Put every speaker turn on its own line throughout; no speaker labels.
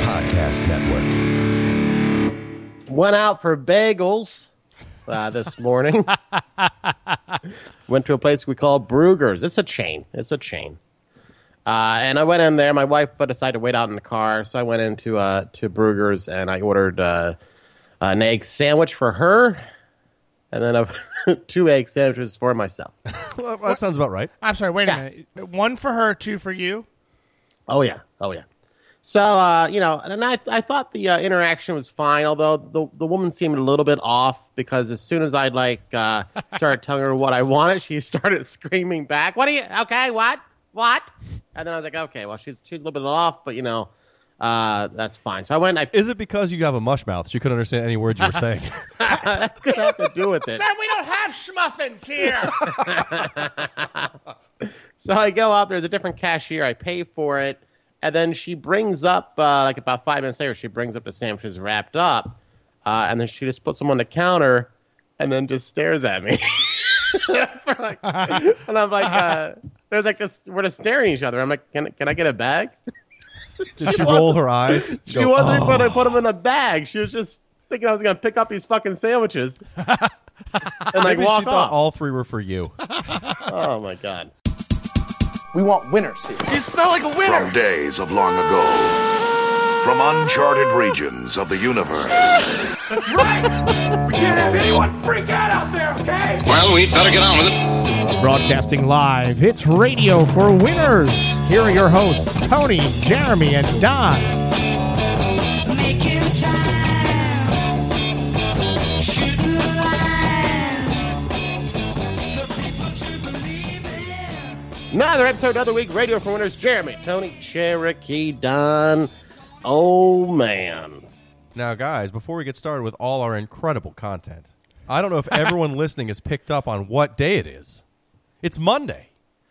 Podcast Network.
Went out for bagels uh, this morning. went to a place we call Brugger's. It's a chain. It's a chain. Uh, and I went in there. My wife decided to wait out in the car, so I went into uh, to Brugger's and I ordered uh, an egg sandwich for her, and then a, two egg sandwiches for myself.
Well, that sounds about right.
I'm sorry. Wait
Yeah.
a minute. One for her, two for you.
Oh yeah, oh yeah. So uh, you know, and I I thought the uh, interaction was fine, although the the woman seemed a little bit off because as soon as I like uh, started telling her what I wanted, she started screaming back, "What are you? Okay, what? What?" And then I was like, "Okay, well, she's she's a little bit off, but you know, uh, that's fine." So I went. I
Is it because you have a mush mouth? She couldn't understand any words you were saying.
that's gonna have to do with it.
Son, we don't have schmuffins here.
So I go up. There's a different cashier. I pay for it, and then she brings up uh, like about five minutes later. She brings up the sandwiches wrapped up, uh, and then she just puts them on the counter, and then just stares at me. For like- and I'm like, uh, there's like this. We're just staring at each other. I'm like, can can I get a bag?
Did she roll her eyes?
She
Go,
wasn't
"Oh."
going to put them in a bag. She was just thinking I was going to pick up these fucking sandwiches and like
Maybe
walk
she thought
off.
all three were for you.
oh my god.
We want winners here.
From days of long ago, from uncharted regions of the universe.
Well, we'd better get on with it.
Broadcasting live, it's Radio for Winners. Here are your hosts, Tony, Jeremy, and Don.
Making time, shooting the line. The people to believe in.
Another episode, another week, Radio for Winners, Jeremy, Tony, Cherokee, Don. Oh, man.
Now, guys, before we get started with all our incredible content, I don't know if everyone listening has picked up on what day it is. It's Monday.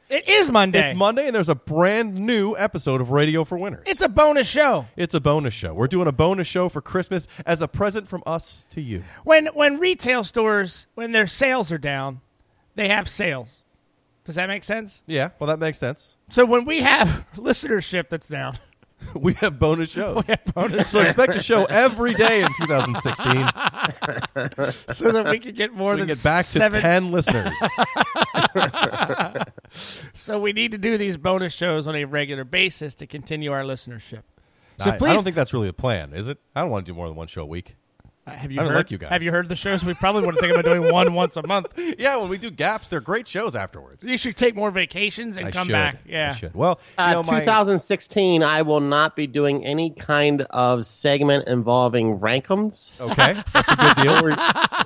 It is Monday.
It's Monday, and there's a brand new episode of Radio for Winners.
It's a bonus show.
It's a bonus show. We're doing a bonus show for Christmas as a present from us to you.
When when retail stores when their sales are down, they have sales. Does that make sense?
Yeah, well, that makes sense.
So when we have listenership that's down,
We have bonus shows.
bonus
so expect a show every day in 2016.
so that we can get
so
more
we
than
can get back
seven.
to 10 listeners.
So we need to do these bonus shows on a regular basis to continue our listenership. So
I, I
please,
don't think that's really the plan, is it? I don't want to do more than one show a week.
Uh, have you
I don't
heard,
like you guys.
Have you heard the shows? We probably want to think about doing one once a month.
Yeah, when we do gaps, they're great shows afterwards.
You should take more vacations and
I
come
should.
back.
I
Yeah,
should. Well, you
Uh,
know, my-
2016, I will not be doing any kind of segment involving rankums
okay, that's a good deal.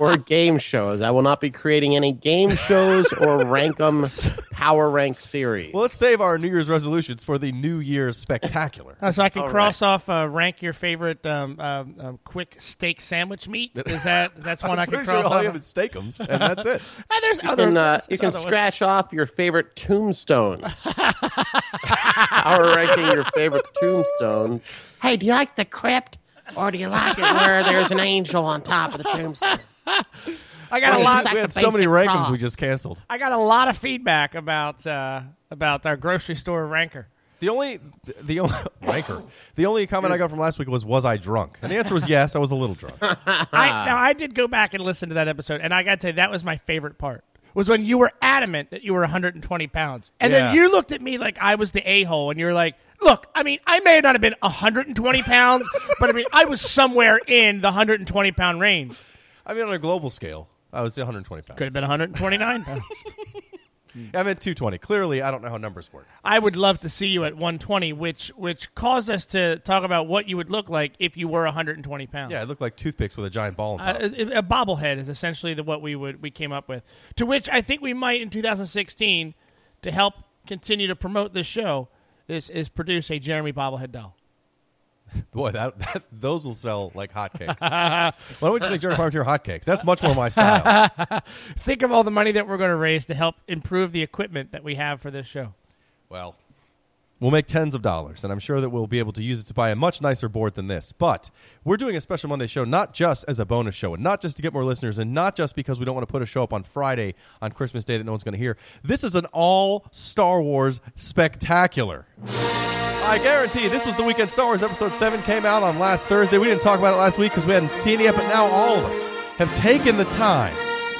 or, or game shows. I will not be creating any game shows or rankum power rank series.
Well, let's save our New Year's resolutions for the New Year's spectacular.
Uh, so I can
All
cross off uh, rank your favorite um, um, um, quick steak sandwich meat. Is that that's one I
I'm
can
pretty
cross
sure all
off?
you have is steakums, and that's it.
Ah, there's
you
other
can, uh,
there's
you can
other ones.
scratch off your favorite tombstones. Power ranking your favorite tombstones. Hey, do you like the crypt? Or do you like it where there's an angel on top of the tombstone?
I got a
Well,
lot.
Like
we
a
had so many
basic
rankings
cross.
we just canceled.
I got a lot of feedback about uh, about our grocery store ranker.
The only the only ranker. The only comment I got from last week was, "Was I drunk?" And the answer was yes. I was a little drunk.
I, now I did go back and listen to that episode, and I got to tell you, that was my favorite part. Was when you were adamant that you were 120 pounds, and
Yeah.
then you looked at me like I was the a hole, and you're like, "Look, I mean, I may not have been 120 pounds, but I mean, I was somewhere in the 120 pound range.
I mean, on a global scale, I was 120 pounds.
Could have been 129 pounds.
I meant 220. Clearly, I don't know how numbers work.
I would love to see you at 120, which which caused us to talk about what you would look like if you were 120 pounds.
Yeah, it looked like toothpicks with a giant ball on top.
Uh, a a bobblehead is essentially the, what we would we came up with. To which I think we might in 2016 to help continue to promote this show is is produce a Jeremy bobblehead doll.
Boy, that, that those will sell like hotcakes. Why don't we just make Jerry Parmentier hotcakes? That's much more my style.
Think of all the money that we're going to raise to help improve the equipment that we have for this show.
well, we'll make tens of dollars, and I'm sure that we'll be able to use it to buy a much nicer board than this. But we're doing a special Monday show not just as a bonus show, and not just to get more listeners, and not just because we don't want to put a show up on Friday on Christmas Day that no one's going to hear. This is an all Star Wars spectacular. I guarantee this was the weekend Star Wars episode seven came out on last Thursday. We didn't talk about it last week because we hadn't seen it yet, but now all of us have taken the time,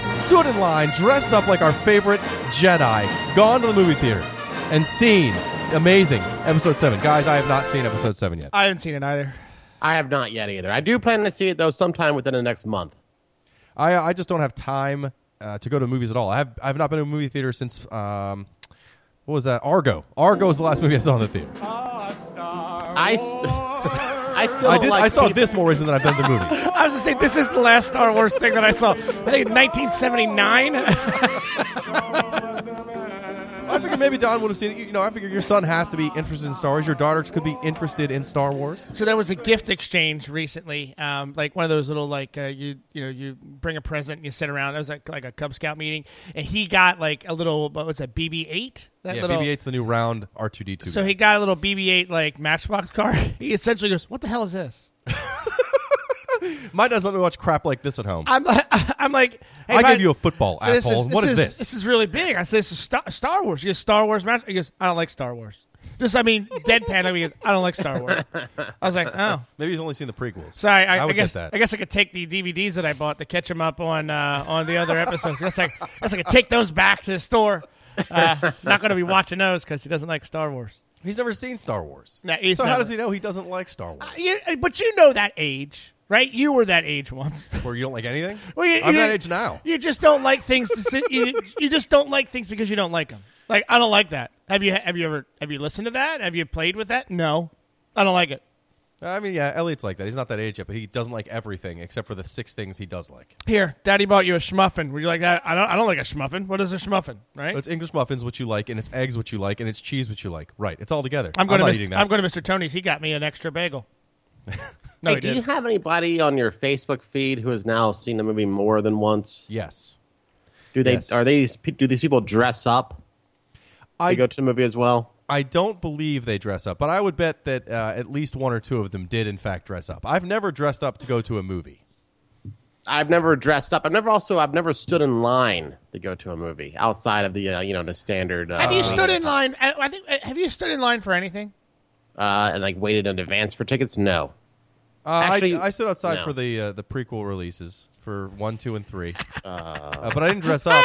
stood in line, dressed up like our favorite Jedi, gone to the movie theater, and seen amazing episode seven. Guys, I have not seen episode seven yet.
I haven't seen it either.
I have not yet either. I do plan to see it though sometime within the next month.
I I just don't have time uh, to go to movies at all. I have I've not been to a movie theater since um, what was that? Argo. Argo was the last movie I saw in the theater.
I, s- I still
I
don't
did.
like
I saw
people-
this more recently than I've been to movies.
I was gonna say this is the last Star Wars thing that I saw. I think in 1979.
I figured maybe Don would have seen it. You, you know, I figured your son has to be interested in Star Wars. Your daughter could be interested in Star Wars.
so there was a gift exchange recently, um, like one of those little like uh, you you know you bring a present and you sit around. It was like, like a Cub Scout meeting, and he got like a little what was that BB-8? That
Yeah,
little,
BB-8's the new round R2D2.
So he got a little BB-8 like Matchbox car. he essentially goes, "What the hell is this?"
my dad's let me watch crap like this at home.
I'm like, I'm like, hey,
I
my-
give you a football,
So this
asshole. What is this?
This is really big. I said, this is Star, Star Wars. He goes, Star Wars match. He goes, I don't like Star Wars. Just, I mean, deadpan. I mean, he goes, I don't like Star Wars. I was like, oh.
Maybe he's only seen the prequels.
So I, I,
would
I guess
get that.
I guess I could take the DVDs that I bought to catch them up on uh, on the other episodes. Guess I guess I could take those back to the store. Uh, not going to be watching those because he doesn't like Star Wars.
he's never seen Star Wars.
No, he's
so how
never.
does he know he doesn't like Star Wars?
You, but you know that age, right? You were that age once.
Where you don't like anything?
Well, you-
I'm
you-
that age now.
You just don't like things. To sit, you, you just don't like things because you don't like them. Like I don't like that. Have you have you ever have you listened to that? Have you played with that? No, I don't like it.
I mean, yeah, Elliot's like that. He's not that age yet, but he doesn't like everything except for the six things he does like.
Here, Daddy bought you a schmuffin. Were you like that? I don't. I don't like a schmuffin. What is a schmuffin? Right.
It's English muffins, what you like, and it's eggs, what you like, and it's cheese, what you like. Right. It's all together.
I'm going
not
to.
eating
Mr.
that.
I'm going to Mr. Tony's. He got me an extra bagel. No,
Hey,
he
do you
did.
have anybody on your Facebook feed who has now seen the movie more than once?
yes.
Do they
Yes.
are these pe- do these people dress up
I,
to go to the movie as well?
I don't believe they dress up, but I would bet that uh, at least one or two of them did, in fact, dress up. I've never dressed up to go to a movie.
I've never dressed up. I've never also I've never stood in line to go to a movie outside of the uh, you know the standard. Uh,
Have you stood in line? I I think. uh, Have you stood in line for anything?
uh, and like waited in advance for tickets? No.
Uh, I-
Actually,
I, stood outside
no.
for the uh, the prequel releases for one, two, and three, Uh, but I didn't dress up,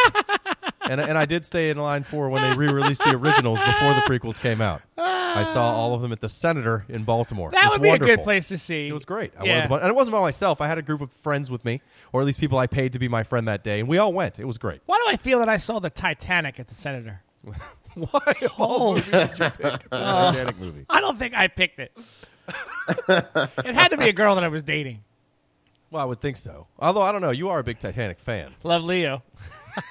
and and I did stay in line for when they re-released the originals before the prequels came out. I saw all of them at the Senator in Baltimore. It
That
was
would be a good
wonderful.
place to see.
It was great. I
yeah.
wanted to, and it wasn't by myself. I had a group of friends with me, or at least people I paid to be my friend that day, and we all went. It was great.
Why do I feel that I saw the Titanic at the Senator?
Why all movies did you pick the Titanic movie?
I don't think I picked it. it had to be a girl that I was dating.
Well, I would think so. Although I don't know, you are a big Titanic fan.
Love Leo.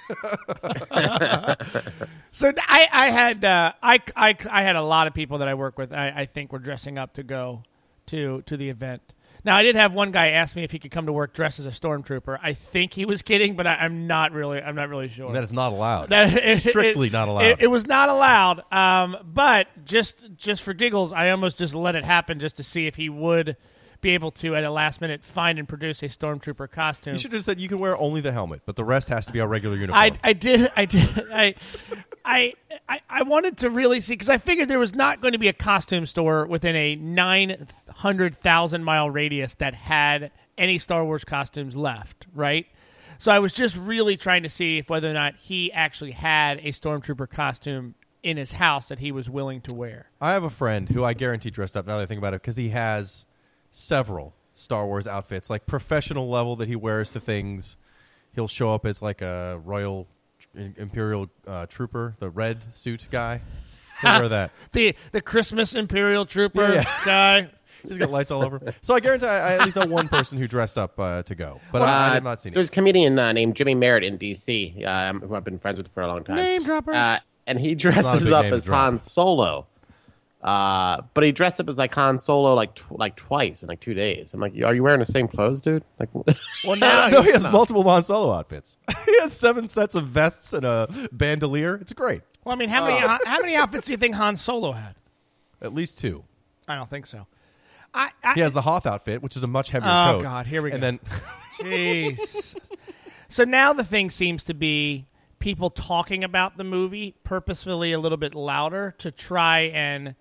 so I, I had uh, I, I, I had a lot of people that I work with. I, I think were dressing up to go to to the event. Now I did have one guy ask me if he could come to work dressed as a stormtrooper. I think he was kidding, but I, I'm not really I'm not really sure.
That is not allowed.
That- it-
Strictly
it-
not allowed.
It, it was not allowed. Um, but just just for giggles, I almost just let it happen just to see if he would be able to at a last minute find and produce a stormtrooper costume.
You should have said you can wear only the helmet, but the rest has to be our regular uniform.
I, I did I did I I I, I wanted to really see because I figured there was not going to be a costume store within a nine hundred thousand mile radius that had any Star Wars costumes left, right? So I was just really trying to see if whether or not he actually had a stormtrooper costume in his house that he was willing to wear.
I have a friend who I guarantee dressed up now that I think about it because he has several Star Wars outfits, like professional level that he wears to things. He'll show up as like a royal im- imperial uh, trooper, the red suit guy. He'll wear that.
The the Christmas Imperial Trooper
Yeah,
guy.
He's got lights all over. So I guarantee I, I at least know one person who dressed up uh, to go, but I, I have not seen
There's
it.
a comedian uh, named Jimmy Merritt in D.C. Um, who I've been friends with for a long time.
Name dropper.
Uh, and he
Not a
dresses
big
up
name to
as
drop.
Han Solo. Uh, but he dressed up as like Han Solo like tw- like twice in like two days. I'm like, are you wearing the same clothes, dude? Like,
Well, now
No, he has multiple Han Solo outfits. he has seven sets of vests and a bandolier. It's great.
Well, I mean, how
Oh.
many how many outfits do you think Han Solo had?
At least two.
I don't think so. I, I
He has the Hoth outfit, which is a much heavier
Oh,
coat.
God, here we
and
go.
And then
Jeez. so now the thing seems to be people talking about the movie purposefully a little bit louder to try and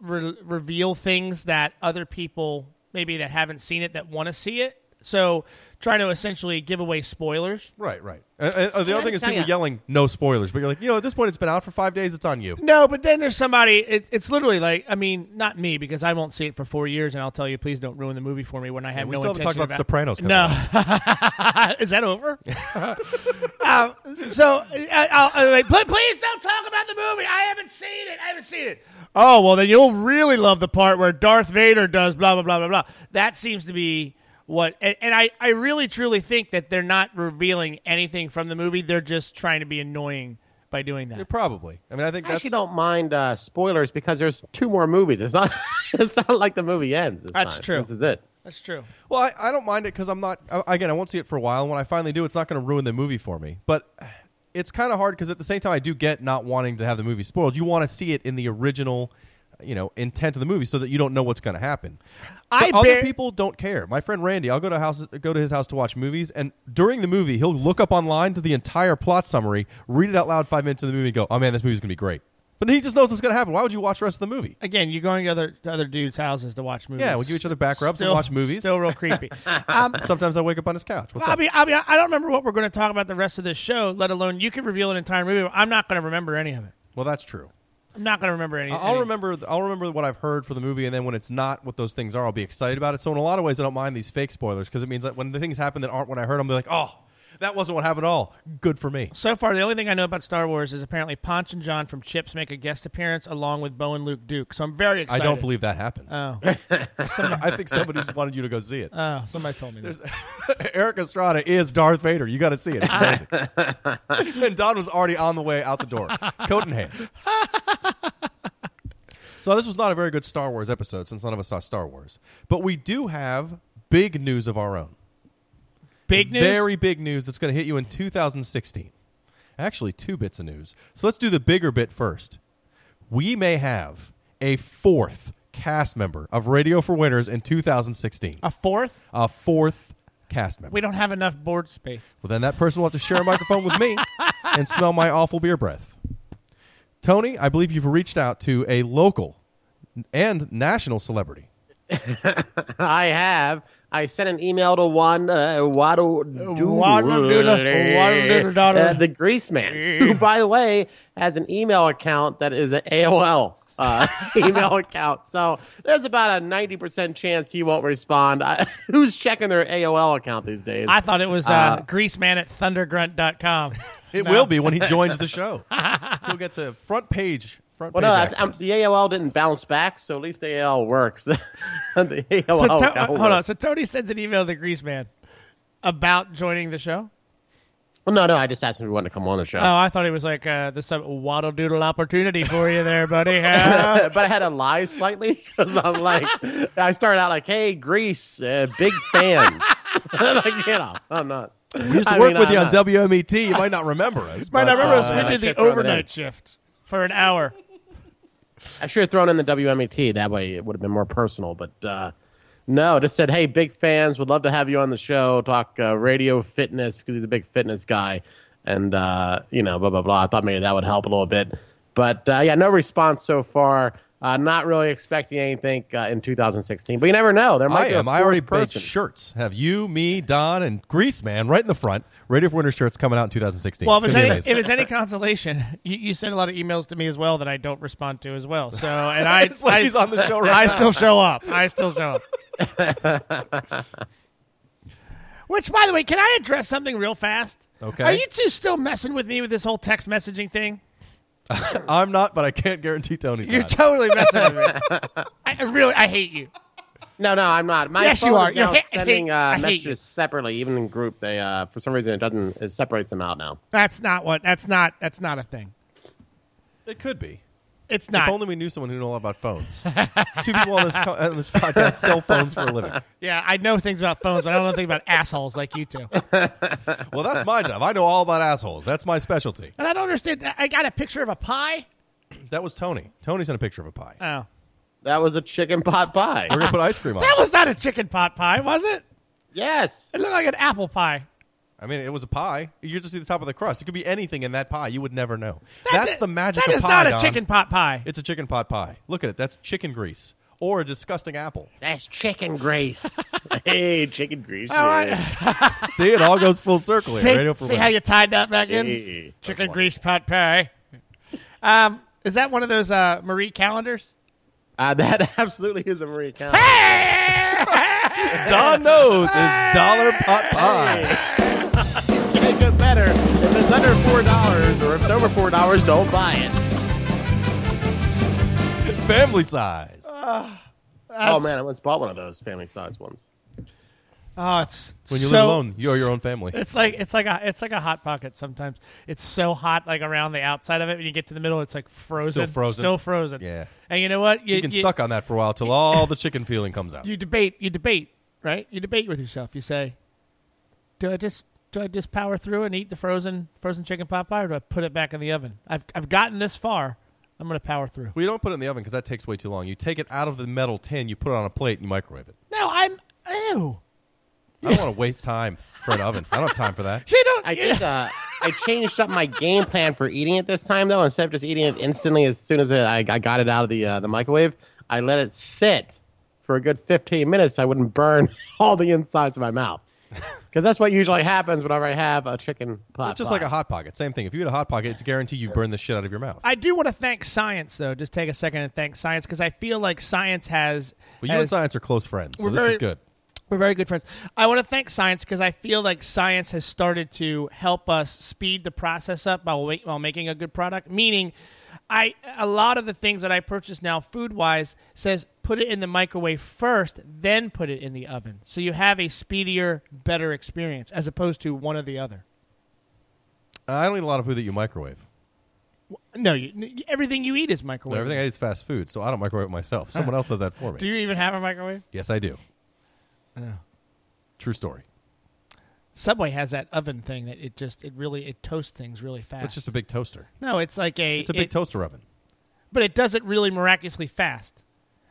re- reveal things that other people maybe that haven't seen it that want to see it. So trying to essentially give away spoilers.
Right, right. And, and, uh, the other
let
thing
me
is
tell
people
ya.
yelling, no spoilers. But you're like, you know, at this point, it's been out for five days. It's on you.
No, but then there's somebody. It, it's literally like I mean, not me because I won't see it for four years, and I'll tell you, please don't ruin the movie for me when I have
we
no
still haven't
intention
talked about
of-
Sopranos coming
No, is that over? um, so I, I'll, I'll like, "Pl- please don't talk about the movie. I haven't seen it. I haven't seen it. Oh well, then you'll really love the part where Darth Vader does blah blah blah blah blah. That seems to be what, and, and I I really truly think that they're not revealing anything from the movie. They're just trying to be annoying by doing that.
Probably. I mean, I think
I
that's.
actually don't mind uh, spoilers because there's two more movies. It's not. it's not like the movie ends. this
That's
time.
true.
This is it.
That's true.
Well, I, I don't mind it because I'm not. I, again, I won't see it for a while. And when I finally do, it's not going to ruin the movie for me. But it's kind of hard because at the same time, I do get not wanting to have the movie spoiled. You want to see it in the original, you know, intent of the movie so that you don't know what's going to happen.
I
But other
bar-
people don't care. My friend Randy, I'll go to house, go to his house to watch movies, and during the movie, he'll look up online to the entire plot summary, read it out loud five minutes into the movie, and go, "Oh man, this movie's going to be great." But he just knows what's going to happen. Why would you watch the rest of the movie?
Again, you're going to other to other dudes' houses to watch movies.
Yeah, we give each other back rubs and
Still-
watch movies.
Still real creepy. Um,
Sometimes I wake up on his couch. What's
I
up?
mean, I mean, I don't remember what we're going to talk about the rest of this show. Let alone you could reveal an entire movie. I'm not going to remember any of it.
well, that's true.
I'm not going to remember any.
I'll
any-
remember. I'll remember what I've heard for the movie, and then when it's not what those things are, I'll be excited about it. So in a lot of ways, I don't mind these fake spoilers because it means that when the things happen that aren't what I heard, I'm like, oh, that wasn't what happened at all. Good for me.
So far, the only thing I know about Star Wars is apparently Ponch and John from Chips make a guest appearance along with Bo and Luke Duke. So I'm very
I
excited.
don't believe that happens.
Oh,
I think somebody just wanted you to go see it.
oh somebody told me. That.
Eric Estrada is Darth Vader. You got to see it. It's amazing. and Don was already on the way out the door, coat in hand. so this was not a very good Star Wars episode since none of us saw Star Wars, but we do have big news of our own.
Big news.
Very big news that's going to hit you in 2016. Actually, two bits of news. So let's do the bigger bit first. We may have a fourth cast member of Radio for Winners in 2016.
a fourth.
A fourth cast member.
Uh. We don't have enough board space.
Well, then that person will have to share a microphone with me and smell my awful beer breath. Tony, I believe you've reached out to a local and national celebrity.
I have. I sent an email to one uh, Waddle
Waddle Doodle- Waddle Doodle Doodle.
uh, the Grease Man, who, by the way, has an email account that is an AOL uh, email account. So there's about a ninety percent chance he won't respond. I, who's checking their AOL account these days?
I thought it was uh, Greaseman at thundergrunt.com.
It will be when he joins the show. He'll get to front page. Front
well,
page
no, I,
access.
I'm, the AOL didn't bounce back, so at least the AOL works. the AOL
So To-
uh,
account
hold
works.
on. So Tony sends an email to the Grease Man about joining the show.
Well, no, no, I just asked him if he wanted to come on the show.
Oh, I thought it was like uh, the sub waddle doodle opportunity for you there, buddy.
Oh,
Uh,
but I had to lie slightly because I'm like, I started out like, "Hey, Greece, uh, big fans." like, you know, I'm not.
we used to
I
work
mean,
with
I'm
you on
not-
WMET. You might not remember us. but,
Might not remember us.
uh,
We did the
check for another
overnight
day.
shift for an hour.
I should have thrown in the WMET. That way, it would have been more personal. But uh, no, just said, "Hey, big fans, would love to have you on the show. Talk uh, radio fitness because he's a big fitness guy, and uh, you know, blah blah blah." I thought maybe that would help a little bit, but uh, yeah, no response so far. Uh, not really expecting anything uh, in 2016, but you never know. There might
I
be a
am. I already
fourth
baked
person.
shirts. Have you, me, Don, and Grease Man right in the front. Radio for Winter shirts coming out in 2016.
Well, if
It's
it's,
gonna be
any, if
amazing.
it's any consolation, you, you send a lot of emails to me as well that I don't respond to as well. So, and I,
It's like
I-
he's on the show right
I
now.
still show up. I still show up. Which, by the way, can I address something real fast?
Okay.
Are you two still messing with me with this whole text messaging thing?
I'm not, but I can't guarantee Tony's
You're
not.
totally messing with me. I I really, I hate you.
No, no, I'm not. My
Yes,
phone
you are.
is now
You're-
sending uh,
I hate you.
messages separately, even in group. They uh, for some reason it doesn't it separates them out now.
That's not what. That's not. That's not a thing.
it could be.
It's
If
not.
only we knew someone who knew all about phones. Two people on this, co- on this podcast sell phones for a living.
yeah, I know things about phones, but I don't know things about assholes like you two. And
Well, that's my job. I know all about assholes. That's my specialty.
I don't understand. I- I got a picture of a pie.
That was Tony. Tony sent a picture of a pie.
Oh,
That was a chicken pot pie.
We're going to put ice cream on
that
it.
was not a chicken pot pie, was it?
yes,
It looked like an apple pie.
I mean, it was a pie. You just see the top of the crust. It could be anything in that pie. You would never know.
That-
That's the magic
That
of
is
pie.
not a
Don.
chicken pot pie.
It's a chicken pot pie. Look at it. That's chicken grease or a disgusting apple.
That's chicken grease. hey, chicken grease.
All right.
see, it all goes full circle. here.
see,
Radio for
see
Women.
how you tied that back in?
Hey.
Chicken grease pot pie. Um, is that one of those uh, Marie calendars?
Uh, that absolutely is a Maria Callas.
Don knows is dollar pot pie.
Make it better. If it's under four dollars or if it's over four dollars, don't buy it.
Family size.
Oh man, I once bought one of those family size ones.
Oh, it's
When you
so-
live alone, you're your own family.
It's like it's like a it's like a hot pocket. Sometimes it's so hot, like around the outside of it. When you get to the middle, it's like frozen,
frozen.
still frozen.
Yeah.
And you know what?
You can suck on that for a while till all the chicken feeling comes out.
You debate. You debate. Right. You debate with yourself. You say, Do I just do I just power through and eat the frozen frozen chicken pot pie, or do I put it back in the oven? I've I've gotten this far. I'm gonna power through.
We don't put it in the oven because that takes way too long. You take it out of the metal tin, you put it on a plate, and you microwave it.
No, I'm. Ew.
I don't want to waste time for an oven. I don't have time for that.
You don't.
I think uh, I changed up my game plan for eating it this time though. Instead of just eating it instantly as soon as I, I got it out of the uh, the microwave, I let it sit for a good fifteen minutes. So I wouldn't burn all the insides of my mouth because that's what usually happens whenever I have a chicken pot.
It's just
pie.
like a hot pocket. Same thing. If you eat a hot pocket, it's a guarantee you burn the shit out of your mouth.
I do want to thank science, though. Just take a second and thank science because I feel like science has.
But you and
has-
science are close friends, so
We're
this is
very-
good.
We're very good friends. I want to thank science because I feel like science has started to help us speed the process up while, wa- while making a good product. Meaning, I a lot of the things that I purchase now, food wise, says put it in the microwave first, then put it in the oven, so you have a speedier, better experience as opposed to one or the other.
I don't eat a lot of food that you microwave.
No, you, n- everything you eat is microwave.
Everything I eat is fast food, so I don't microwave it myself. Someone else does that for me.
Do you Oh. even have a microwave?
yes, I do. True story.
Subway has that oven thing that it just it really it toasts things really fast.
It's just a big toaster.
no, it's like a
It's a big
it-
toaster oven.
but it does it really miraculously fast.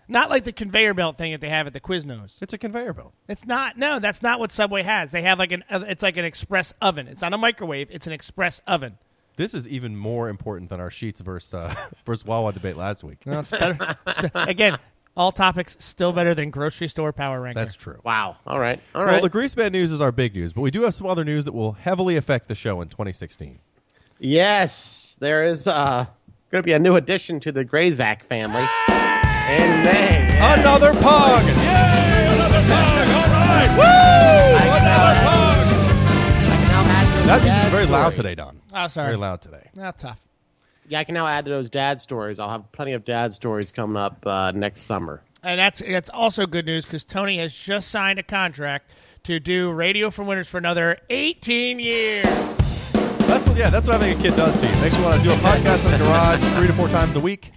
Not like the conveyor belt thing that they have at the Quiznos.
It's a conveyor belt.
It's not. No, that's not what Subway has. They have like an. uh, It's like an express oven. It's not a microwave. It's an express oven.
This is even more important than our sheets versus uh, versus Wawa debate last week.
No, it's better. St- again, all topics still better than grocery store power ranking.
That's true.
wow. All right. All
Well,
right.
the grease band news is our big news, but we do have some other news that will heavily affect the show in 2016.
Yes, there is uh, going to be a new addition to the Grazak family in May. Yeah.
Another pug! Yay! Another pug! All right! Woo! Another pug!
I can now add those
That music's
dad
very loud
stories.
today, Don.
Oh, sorry.
Very loud today.
not tough.
Yeah, I can now add to those dad stories. I'll have plenty of dad stories coming up uh, next summer.
And that's that's also good news because Tony has just signed a contract to do Radio for Winners for another 18 years.
That's what, yeah, that's what having a kid does to you. Makes you want to do a podcast in the garage three to four times a week.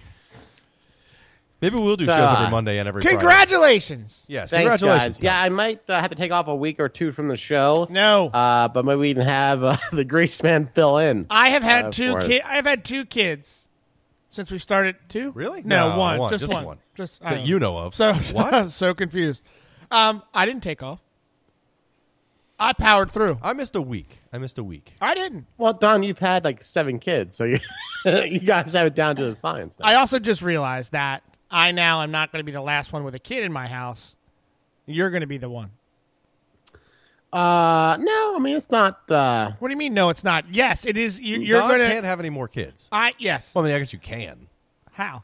Maybe we'll do
So,
shows every
uh,
Monday and every Friday.
Congratulations!
Yes,
Thanks,
congratulations.
guys. Yeah,
Don.
I might uh, have to take off a week or two from the show.
No.
Uh, but maybe we can have uh, the Grease Man fill in.
I have had
Of
two
course.
kids. I've had two kids since we started. Two?
Really?
No,
No,
one.
one,
Just,
just
one.
one.
Just I
That
don't
you know of.
So
What?
I'm so confused. Um, I didn't take off. I powered through.
I missed a week. I missed a week.
I didn't.
well, Don, you've had like seven kids, so you you guys have it down to the science. Now.
I also just realized that I now am not going to be the last one with a kid in my house. You're going to be the one.
Uh, no, I mean it's not. Uh,
What do you mean? No, it's not. Yes, it is. You, you're
Don
going
can't
to.
have any more kids.
I yes.
Well, I mean, I guess you can.
How?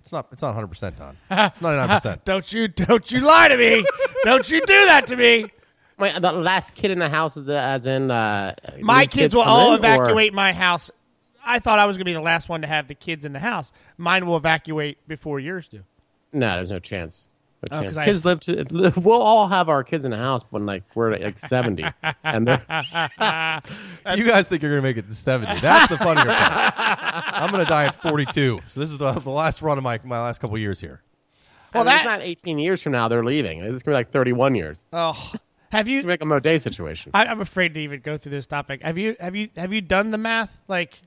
It's not. It's not 100 percent, Don. It's 99 percent.
Don't you don't you lie to me? don't you do that to me?
Wait, the last kid in the house is uh, as in uh,
My
new
kids, will
come
all
in, or-
evacuate my house. I thought I was going to be the last one to have the kids in the house. Mine will evacuate before yours do.
No, there's no chance. No
Oh,
chance.
'cause I-
Kids live to. We'll all have our kids in the house when like we're like seventy, and they're
You guys think you're gonna make it to 70? That's the funnier part. I'm gonna die at 42. So this is the, the last run of my my last couple years here.
well.
that-
That's not eighteen years from now. They're leaving. It's gonna be like thirty-one years. It's
Oh, have
gonna
you?
be like a Moday situation.
I, I'm afraid to even go through this topic. Have you? Have you? Have you done the math? Like,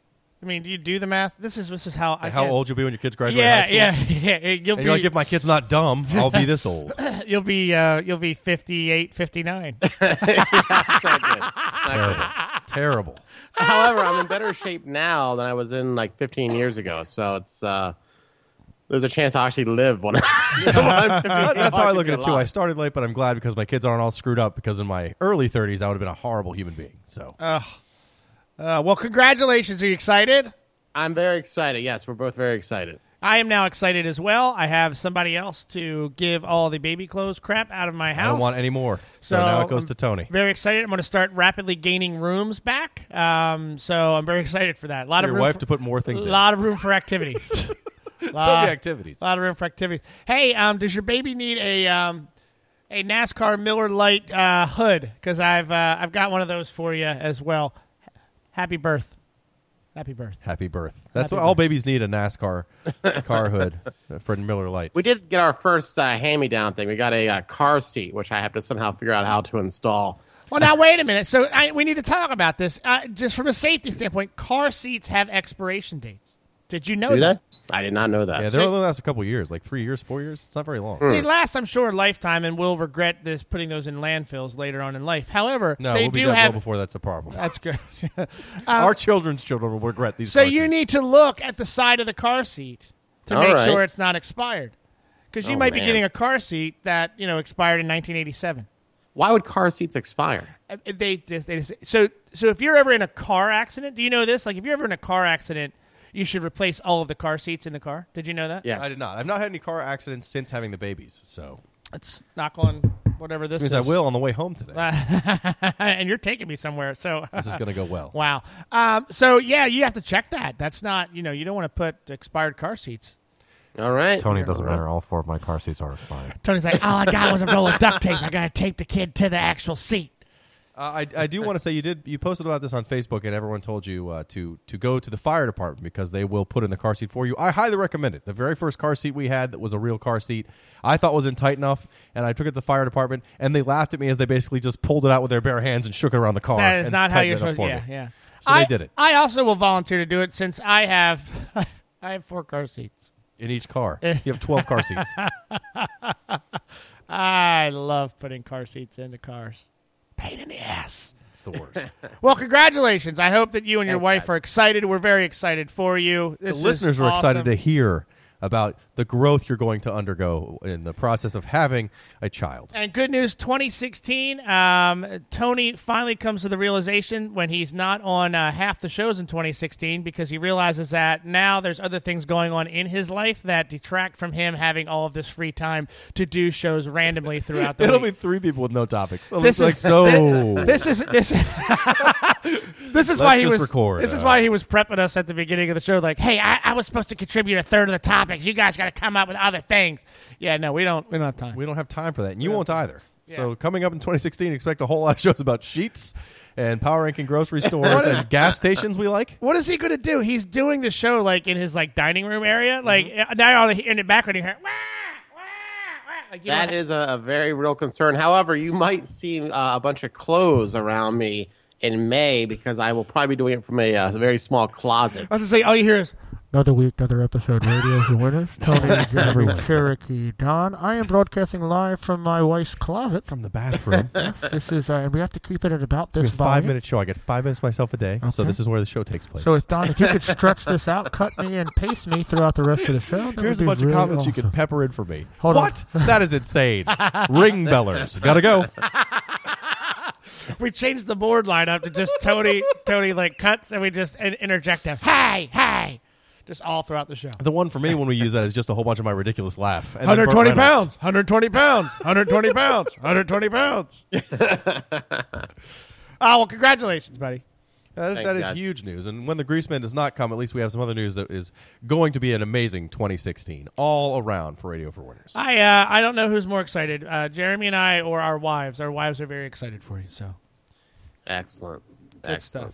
I mean, do you do the math? This is this is how I
How
can't-
old you'll be when your kids graduate high
Yeah,
school?
yeah, yeah.
And
You'll be
you're like, if my kid's not dumb, I'll be this old.
you'll be uh, you'll be 58, 59.
Terrible. Terrible.
However, I'm in better shape now than I was in like 15 years ago. So it's uh, there's a chance I'll actually live when, when I'm 50.
That- that's how I look at it too. I
Alive.
started late, but I'm glad because my kids aren't all screwed up. Because in my early 30s, I would have been a horrible human being. So
Uh, well, congratulations. Are you excited?
I'm very excited. Yes, we're both very excited.
I am now excited as well. I have somebody else to give all the baby clothes crap out of my house.
I don't want any more. So, now it goes
I'm
to Tony.
Very excited. I'm going to start rapidly gaining rooms back. Um, so I'm very excited for that. A lot of
Your
room
wife
for,
to put more things
a
in.
lot of room for activities.
so many activities.
A lot of room for activities. Hey, um, does your baby need a um, a NASCAR Miller Lite uh, hood? Because I've uh, I've got one of those for you as well. H- Happy birth, happy birth.
Happy birth. That's
Happy
what all babies need a NASCAR car hood uh, for Miller Lite.
We did get our first uh, hand-me-down thing. We got a uh, car seat, which I have to somehow figure out how to install.
Well, now wait a minute. So I, we need to talk about this. Uh, just from a safety standpoint, car seats have expiration dates. Did you know
Do
that?
Oh, that? I did not know that.
Yeah, they only last a couple years, like three years, four years. It's not very long.
They last, I'm sure, a lifetime, and we'll regret this putting those in landfills later on in life. However,
No,
they
we'll be
do
done
have.
well before that's a problem.
that's good.
Our children's children will regret these.
Uh, So
car
you
seats.
need to look at the side of the car seat to
All
make
right.
sure it's not expired, because you
Oh,
might be
man.
getting a car seat that you know expired in 1987.
Why would car seats expire?
Uh, They, just- they just- so so if you're ever in a car accident, do you know this? Like if you're ever in a car accident, you should replace all of the car seats in the car. Did you know that?
Yes.
I did not. I've not had any car accidents since having the babies. So
Let's knock on whatever this
it means
is.
I will on the way home today.
and you're taking me somewhere. So
this is going to go well.
wow. Um, so yeah, you have to check that. That's not you know you don't want to put expired car seats.
All right.
Tony, it doesn't matter. All four of my car seats are expired.
Tony's like, all I got was a roll of duct tape. I gotta tape the kid to the actual seat.
Uh, I, I do want to say you did you posted about this on Facebook and everyone told you uh, to to go to the fire department because they will put in the car seat for you. I highly recommend it. The very first car seat we had that was a real car seat, I thought was in tight enough, and I took it to the fire department and they laughed at me as they basically just pulled it out with their bare hands and shook it around the car.
That is
and
not how
tightened
you're
it up
supposed. to
for me.
Yeah, yeah.
So they
I,
did it.
I also will volunteer to do it since I have, I have four car seats.
In each car, you have twelve car seats.
I love putting car seats into cars. Pain in the ass.
It's the worst.
Well, congratulations. I hope that you and your
Thanks,
wife
guys.
are excited. We're very excited for you.
the
This is
listeners are excited to
awesome.
hear about the growth you're going to undergo in the process of having a child.
And good news 2016, um, Tony finally comes to the realization when he's not on uh, half the shows in 2016 because he realizes that now there's other things going on in his life that detract from him having all of this free time to do shows randomly throughout the
It'll be
week.
three people with no topics. It'll
This
be like
is-
so.
this is this. this is why he
just
was.
record.
This is
Uh,
why he was prepping us at the beginning of the show. Like, hey, I, I was supposed to contribute a third of the topics. You guys got to come up with other things. Yeah, no, we don't. We don't have time.
We don't have time for that, and you won't either. So coming up in 2016, expect a whole lot of shows about sheets and power ranking grocery stores and gas stations we like.
what is he going to do? He's doing the show like in his like dining room area. Like uh, now, all the, in the background you hear. Wah, wah, wah." Like, you
That
know,
is a, a very real concern. However, you might see uh, a bunch of clothes around me in May because I will probably be doing it from a uh, very small closet.
I was gonna say all you hear is
Another week, another episode. Radio's the winners. Tony Jeffrey Cherokee Don. I am broadcasting live from my wife's closet.
From the bathroom,
Yes, this is, uh, and we have to keep it at about this
it's a five
volume.
minute show. I get five minutes myself a day, so
Okay.
this is where the show takes place.
So if Don, if you could stretch this out, cut me and pace me throughout the rest of the show, that
Here's a
would
bunch
be really
of comments you
awesome.
can pepper in for me.
Hold on.
what? that is insane. Ring bellers. Gotta go.
we changed the board line up to just Tony. Tony like cuts and we just in- interject him. Hey, hey, just all throughout the show.
The one for me when we use that is just a whole bunch of my ridiculous laugh. And then Burt
120
Reynolds.
pounds, 120 pounds, 120 pounds, 120 pounds. oh, well, congratulations, buddy.
That,
Thanks,
that is
guys.
huge news. And when the Greaseman does not come, at least we have some other news that is going to be an amazing 2016 all around for Radio for Winners.
I uh, I don't know who's more excited, uh, Jeremy and I or our wives. Our wives are very excited for you, so
Excellent.
good
Excellent.
stuff.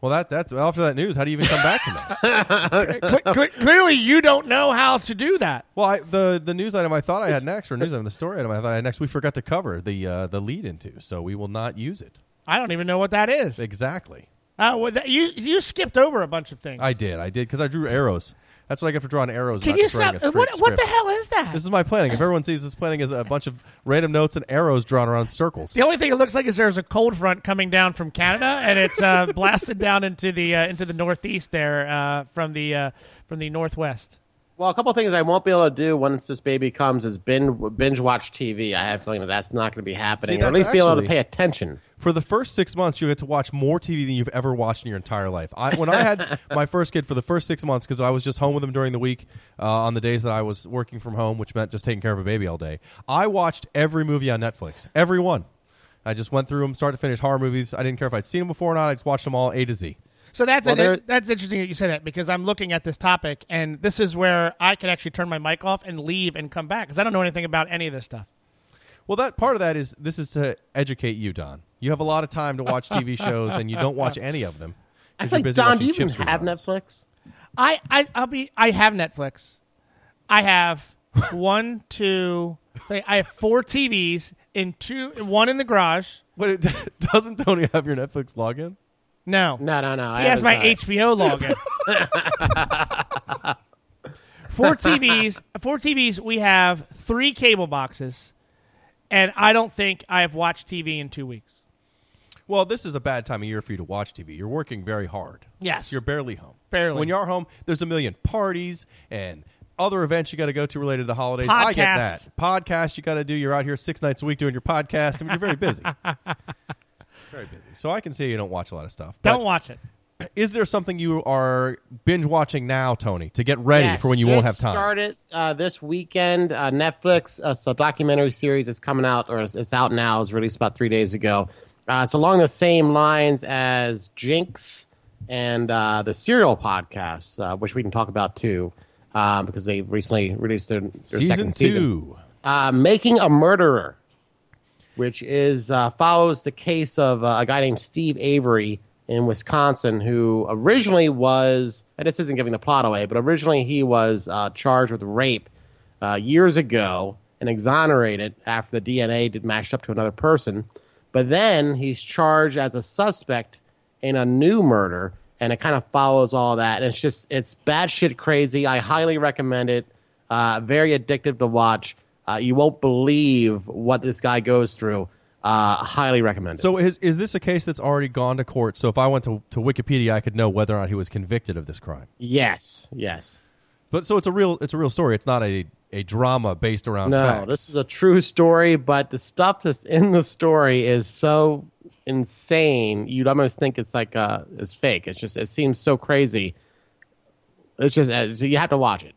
Well, that that's well, after that news, how do you even come back from that?
Cle- cle- clearly, you don't know how to do that.
Well, I, the the news item I thought I had next, or news item, the story item I thought I had next, we forgot to cover the uh, the lead into, so we will not use it
I don't even know what that is.
exactly.
Uh, well, that, you you skipped over a bunch of things.
I did. I did because I drew arrows. That's what I get for drawing arrows.
Can
not
you
just writing
stop?
a straight
What, what the
script.
hell is that?
This is my planning. If everyone sees this planning as a bunch of random notes and arrows drawn around circles.
the only thing it looks like is there's a cold front coming down from Canada, and it's uh, blasted down into the uh, into the northeast there uh, from the uh, from the northwest.
Well, a couple of things I won't be able to do once this baby comes is binge, binge watch TV. I have a feeling that that's not going to be happening,
See,
or at
that's
least be able to
actually-
pay attention.
For the first six months, you get to watch more TV than you've ever watched in your entire life. I, when I had my first kid for the first six months, because I was just home with him during the week uh, on the days that I was working from home, which meant just taking care of a baby all day, I watched every movie on Netflix, every one. I just went through them, start to finish, horror movies. I didn't care if I'd seen them before or not. I just watched them all A to Z.
So that's
Well,
an,
there-
that's interesting that you said that because I'm looking at this topic, and this is where I can actually turn my mic off and leave and come back because I don't know anything about any of this stuff.
Well, that part of that is this is to educate you, Don. You have a lot of time to watch TV shows, and you don't watch any of them. 'cause you're
Actually,
busy
Don, do
watching
you even
Chips
have
reruns.
Netflix?
I, I I'll be I have Netflix. I have one, two, three. I have four TVs in two one in the garage.
Wait, doesn't Tony have your Netflix login?
No.
No, no, no. I
He has
haven't
my
tried.
HBO login. four TVs. Four TVs. We have three cable boxes, and I don't think I have watched TV in two weeks.
Well, this is a bad time of year for you to watch TV. You're working very hard.
Yes.
You're barely home.
Barely.
When you are home, there's a million parties and other events you got to go to related to the holidays. I get
Podcasts.
that. Podcast you got to do. You're out here six nights a week doing your podcast. I mean, you're very busy. very busy. So I can see you don't watch a lot of stuff.
Don't
But
watch it.
Is there something you are binge watching now, Tony, to get ready
Yes,
for when you won't have
just
time?
Started uh, this weekend. Uh, Netflix. Uh, it's a documentary series that's coming out, or it's, it's out now. It was released about three days ago. Uh, it's along the same lines as Jinx and uh, the Serial podcast, uh, which we can talk about too, uh, because they recently released their, their
Season
second
two.
season. Uh, Making a Murderer, which is uh, follows the case of uh, a guy named Steve Avery in Wisconsin, who originally was, and this isn't giving the plot away, but originally he was uh, charged with rape uh, years ago and exonerated after the DNA did matched up to another person. But then he's charged as a suspect in a new murder, and it kind of follows all that. And it's just it's batshit crazy. I highly recommend it. Uh, very addictive to watch. Uh, you won't believe what this guy goes through. Uh, highly recommend it.
So is, is this a case that's already gone to court? So if I went to, to Wikipedia, I could know whether or not he was convicted of this crime.
yes, yes.
But so it's a real it's a real story. It's not a a drama based around.
No,
facts.
this is a true story, but the stuff that's in the story is so insane. You'd almost think it's like uh, it's fake. It's just it seems so crazy. It's just uh, so you have to watch it.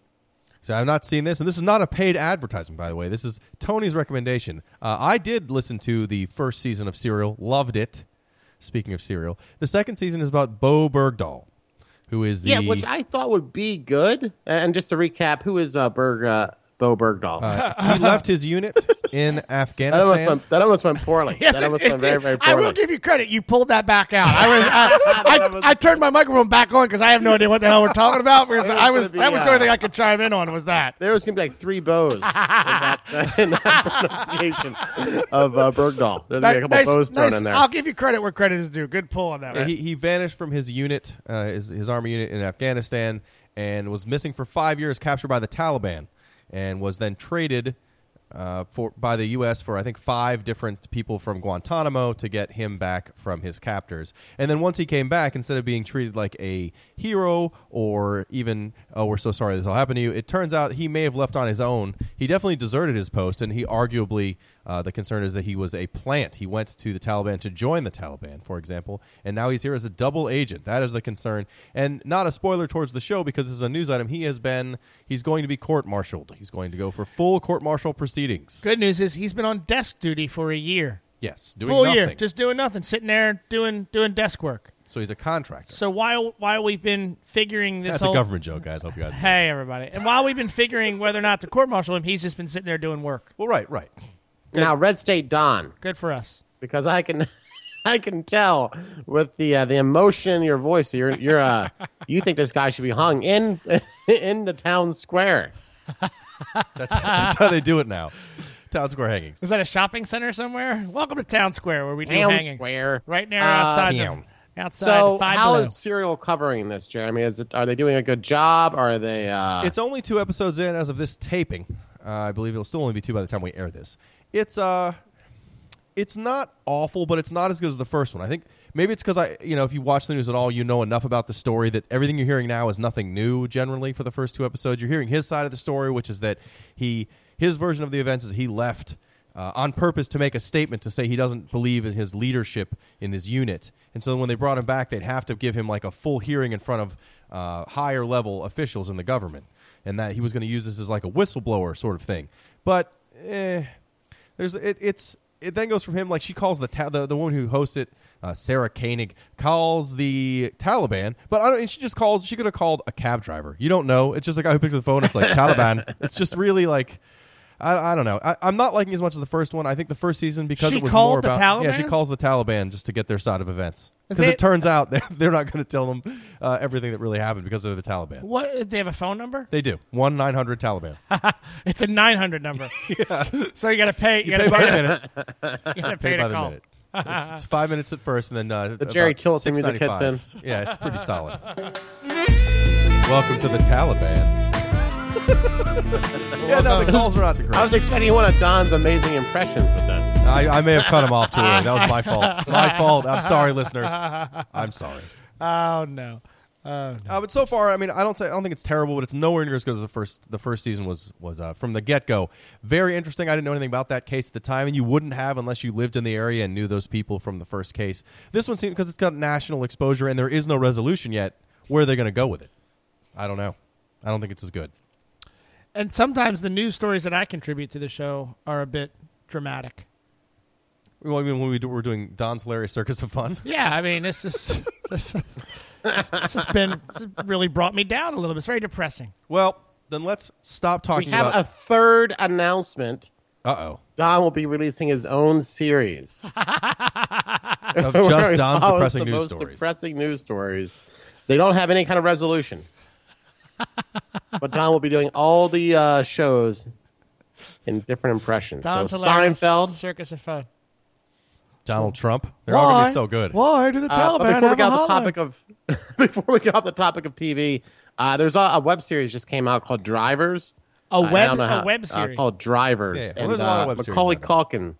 So I've not seen this, and this is not a paid advertisement, by the way. This is Tony's recommendation. Uh, I did listen to the first season of Serial, loved it. Speaking of Serial, the second season is about Bo Bergdahl, who is the
Yeah, which I thought would be good. And just to recap, who is uh, Berg uh, Bo Bergdahl?
Uh,
he left his unit in
that almost
Afghanistan.
went. That almost went poorly.
Yes,
that
it-
almost
it
went very,
did.
very
I
poorly.
will give you credit. You pulled that back out. I was, I, I, I turned my microphone back on because I have no idea what the hell we're talking about. Because I was,
be,
that was the
uh,
only thing I could chime in on was that.
there was going to be like three bows in that, in that pronunciation of uh, Bergdahl. There's going to be a couple
nice,
bows thrown
nice-
in there.
I'll give you credit where credit is due. Good pull on that.
Yeah,
man.
he, he vanished from his unit, uh, his, his army unit in Afghanistan, and was missing for five years, captured by the Taliban, and was then traded uh, for by the U.S. for I think five different people from Guantanamo to get him back from his captors. And then once he came back, instead of being treated like a hero or even oh we're so sorry this all happened to you, it turns out he may have left on his own. He definitely deserted his post, and he arguably uh, the concern is that he was a plant. He went to the Taliban to join the Taliban, for example, and now he's here as a double agent. That is the concern, and not a spoiler towards the show because this is a news item. He has been he's going to be court martialed. He's going to go for full court martial proceedings.
Good news is he's been on desk duty for a year,
Yes, doing
full
nothing.
year, just doing nothing, sitting there doing doing desk work.
so he's a contractor.
So while while we've been figuring this
That's
whole
a government joke, guys. Hope you guys.
hey everybody, and while we've been figuring whether or not to court martial him, he's just been sitting there doing work.
Well, right, right.
now, Red State Don.
Good for us.
because I can I can tell with the uh, the emotion in your voice you're you're uh you think this guy should be hung in in the town square.
That's, that's how they do it now. Town square hangings.
Is that a shopping center somewhere? Welcome to Town Square where we do
Town
hangings.
square.
Right there
Uh,
outside.
Town.
The, outside
So
five
how
below.
is Serial covering this, Jeremy? Is it are they doing a good job? Are they? Uh,
It's only two episodes in as of this taping. Uh, I believe it'll still only be two by the time we air this. It's uh, it's not awful, but it's not as good as the first one. I think maybe it's because I, you know, if you watch the news at all, you know enough about the story that everything you're hearing now is nothing new. Generally, for the first two episodes, you're hearing his side of the story, which is that he his version of the events is he left. Uh, on purpose to make a statement to say he doesn't believe in his leadership in his unit, and so when they brought him back, they'd have to give him like a full hearing in front of uh, higher level officials in the government, and that he was going to use this as like a whistleblower sort of thing. But eh, there's it, it's it then goes from him like she calls the ta- the, the woman who hosts it uh, Sarah Koenig calls the Taliban, but I don't. And she just calls. She could have called a cab driver. You don't know. It's just a guy who picks up the phone. It's like Taliban. It's just really like. I, I don't know. I, I'm not liking as much as the first one. I think the first season because
She
it was
called
more
the
about yeah. She
Taliban?
calls the Taliban just to get their side of events
Is
because
it-
it turns out they're, they're not going to tell them uh, everything that really happened because they're the Taliban.
what? They have a phone number.
They do one nine hundred Taliban.
It's a nine hundred number. So you got to pay. You, got
Pay
to
by
pay.
the
to-
minute.
You got to
Paid
pay
by
to
the
call.
minute. It's, it's five minutes at first, and then uh, the
Jerry Tillotson music hits in.
Yeah, it's pretty solid. Welcome to the Taliban. yeah, no, the calls were not the
I was
great.
expecting one of Don's amazing impressions with this.
I, I may have cut him off too early. That was my fault. My fault. I'm sorry, listeners. I'm sorry.
Oh no. Oh,
Uh, but so far, I mean, I don't say I don't think it's terrible, but it's nowhere near as good as the first. The first season was was uh, from the get go very interesting. I didn't know anything about that case at the time, and you wouldn't have unless you lived in the area and knew those people from the first case. This one seems because it's got national exposure and there is no resolution yet. Where they're going to go with it, I don't know. I don't think it's as good.
and sometimes the news stories that I contribute to the show are a bit dramatic.
Well, I mean, when we do, we're doing Don's hilarious circus of fun.
Yeah, I mean, this is this, is- this has been this has really brought me down a little bit. It's very depressing.
Well, then let's stop
We
talking
have a
about.
third announcement.
Uh
Don will be releasing his own series.
oh, of
Where
just
he
Don's
follows
depressing
the
news
most
stories.
Depressing news stories. They don't have any kind of resolution. but Don will be doing all the uh, shows in different impressions.
Don's
so
hilarious.
Seinfeld.
circus of fun.
Donald Trump. They're all going to be so good.
Why do the
Uh, but before we get off the topic of before we get off the topic of TV, uh, there's a, a web series just came out called Drivers.
A
Uh, I
web-
don't know
a
how-
web
uh,
series.
called Drivers.
Yeah, yeah. Well,
and,
there's a lot of
uh,
web series
Macaulay
out
Culkin.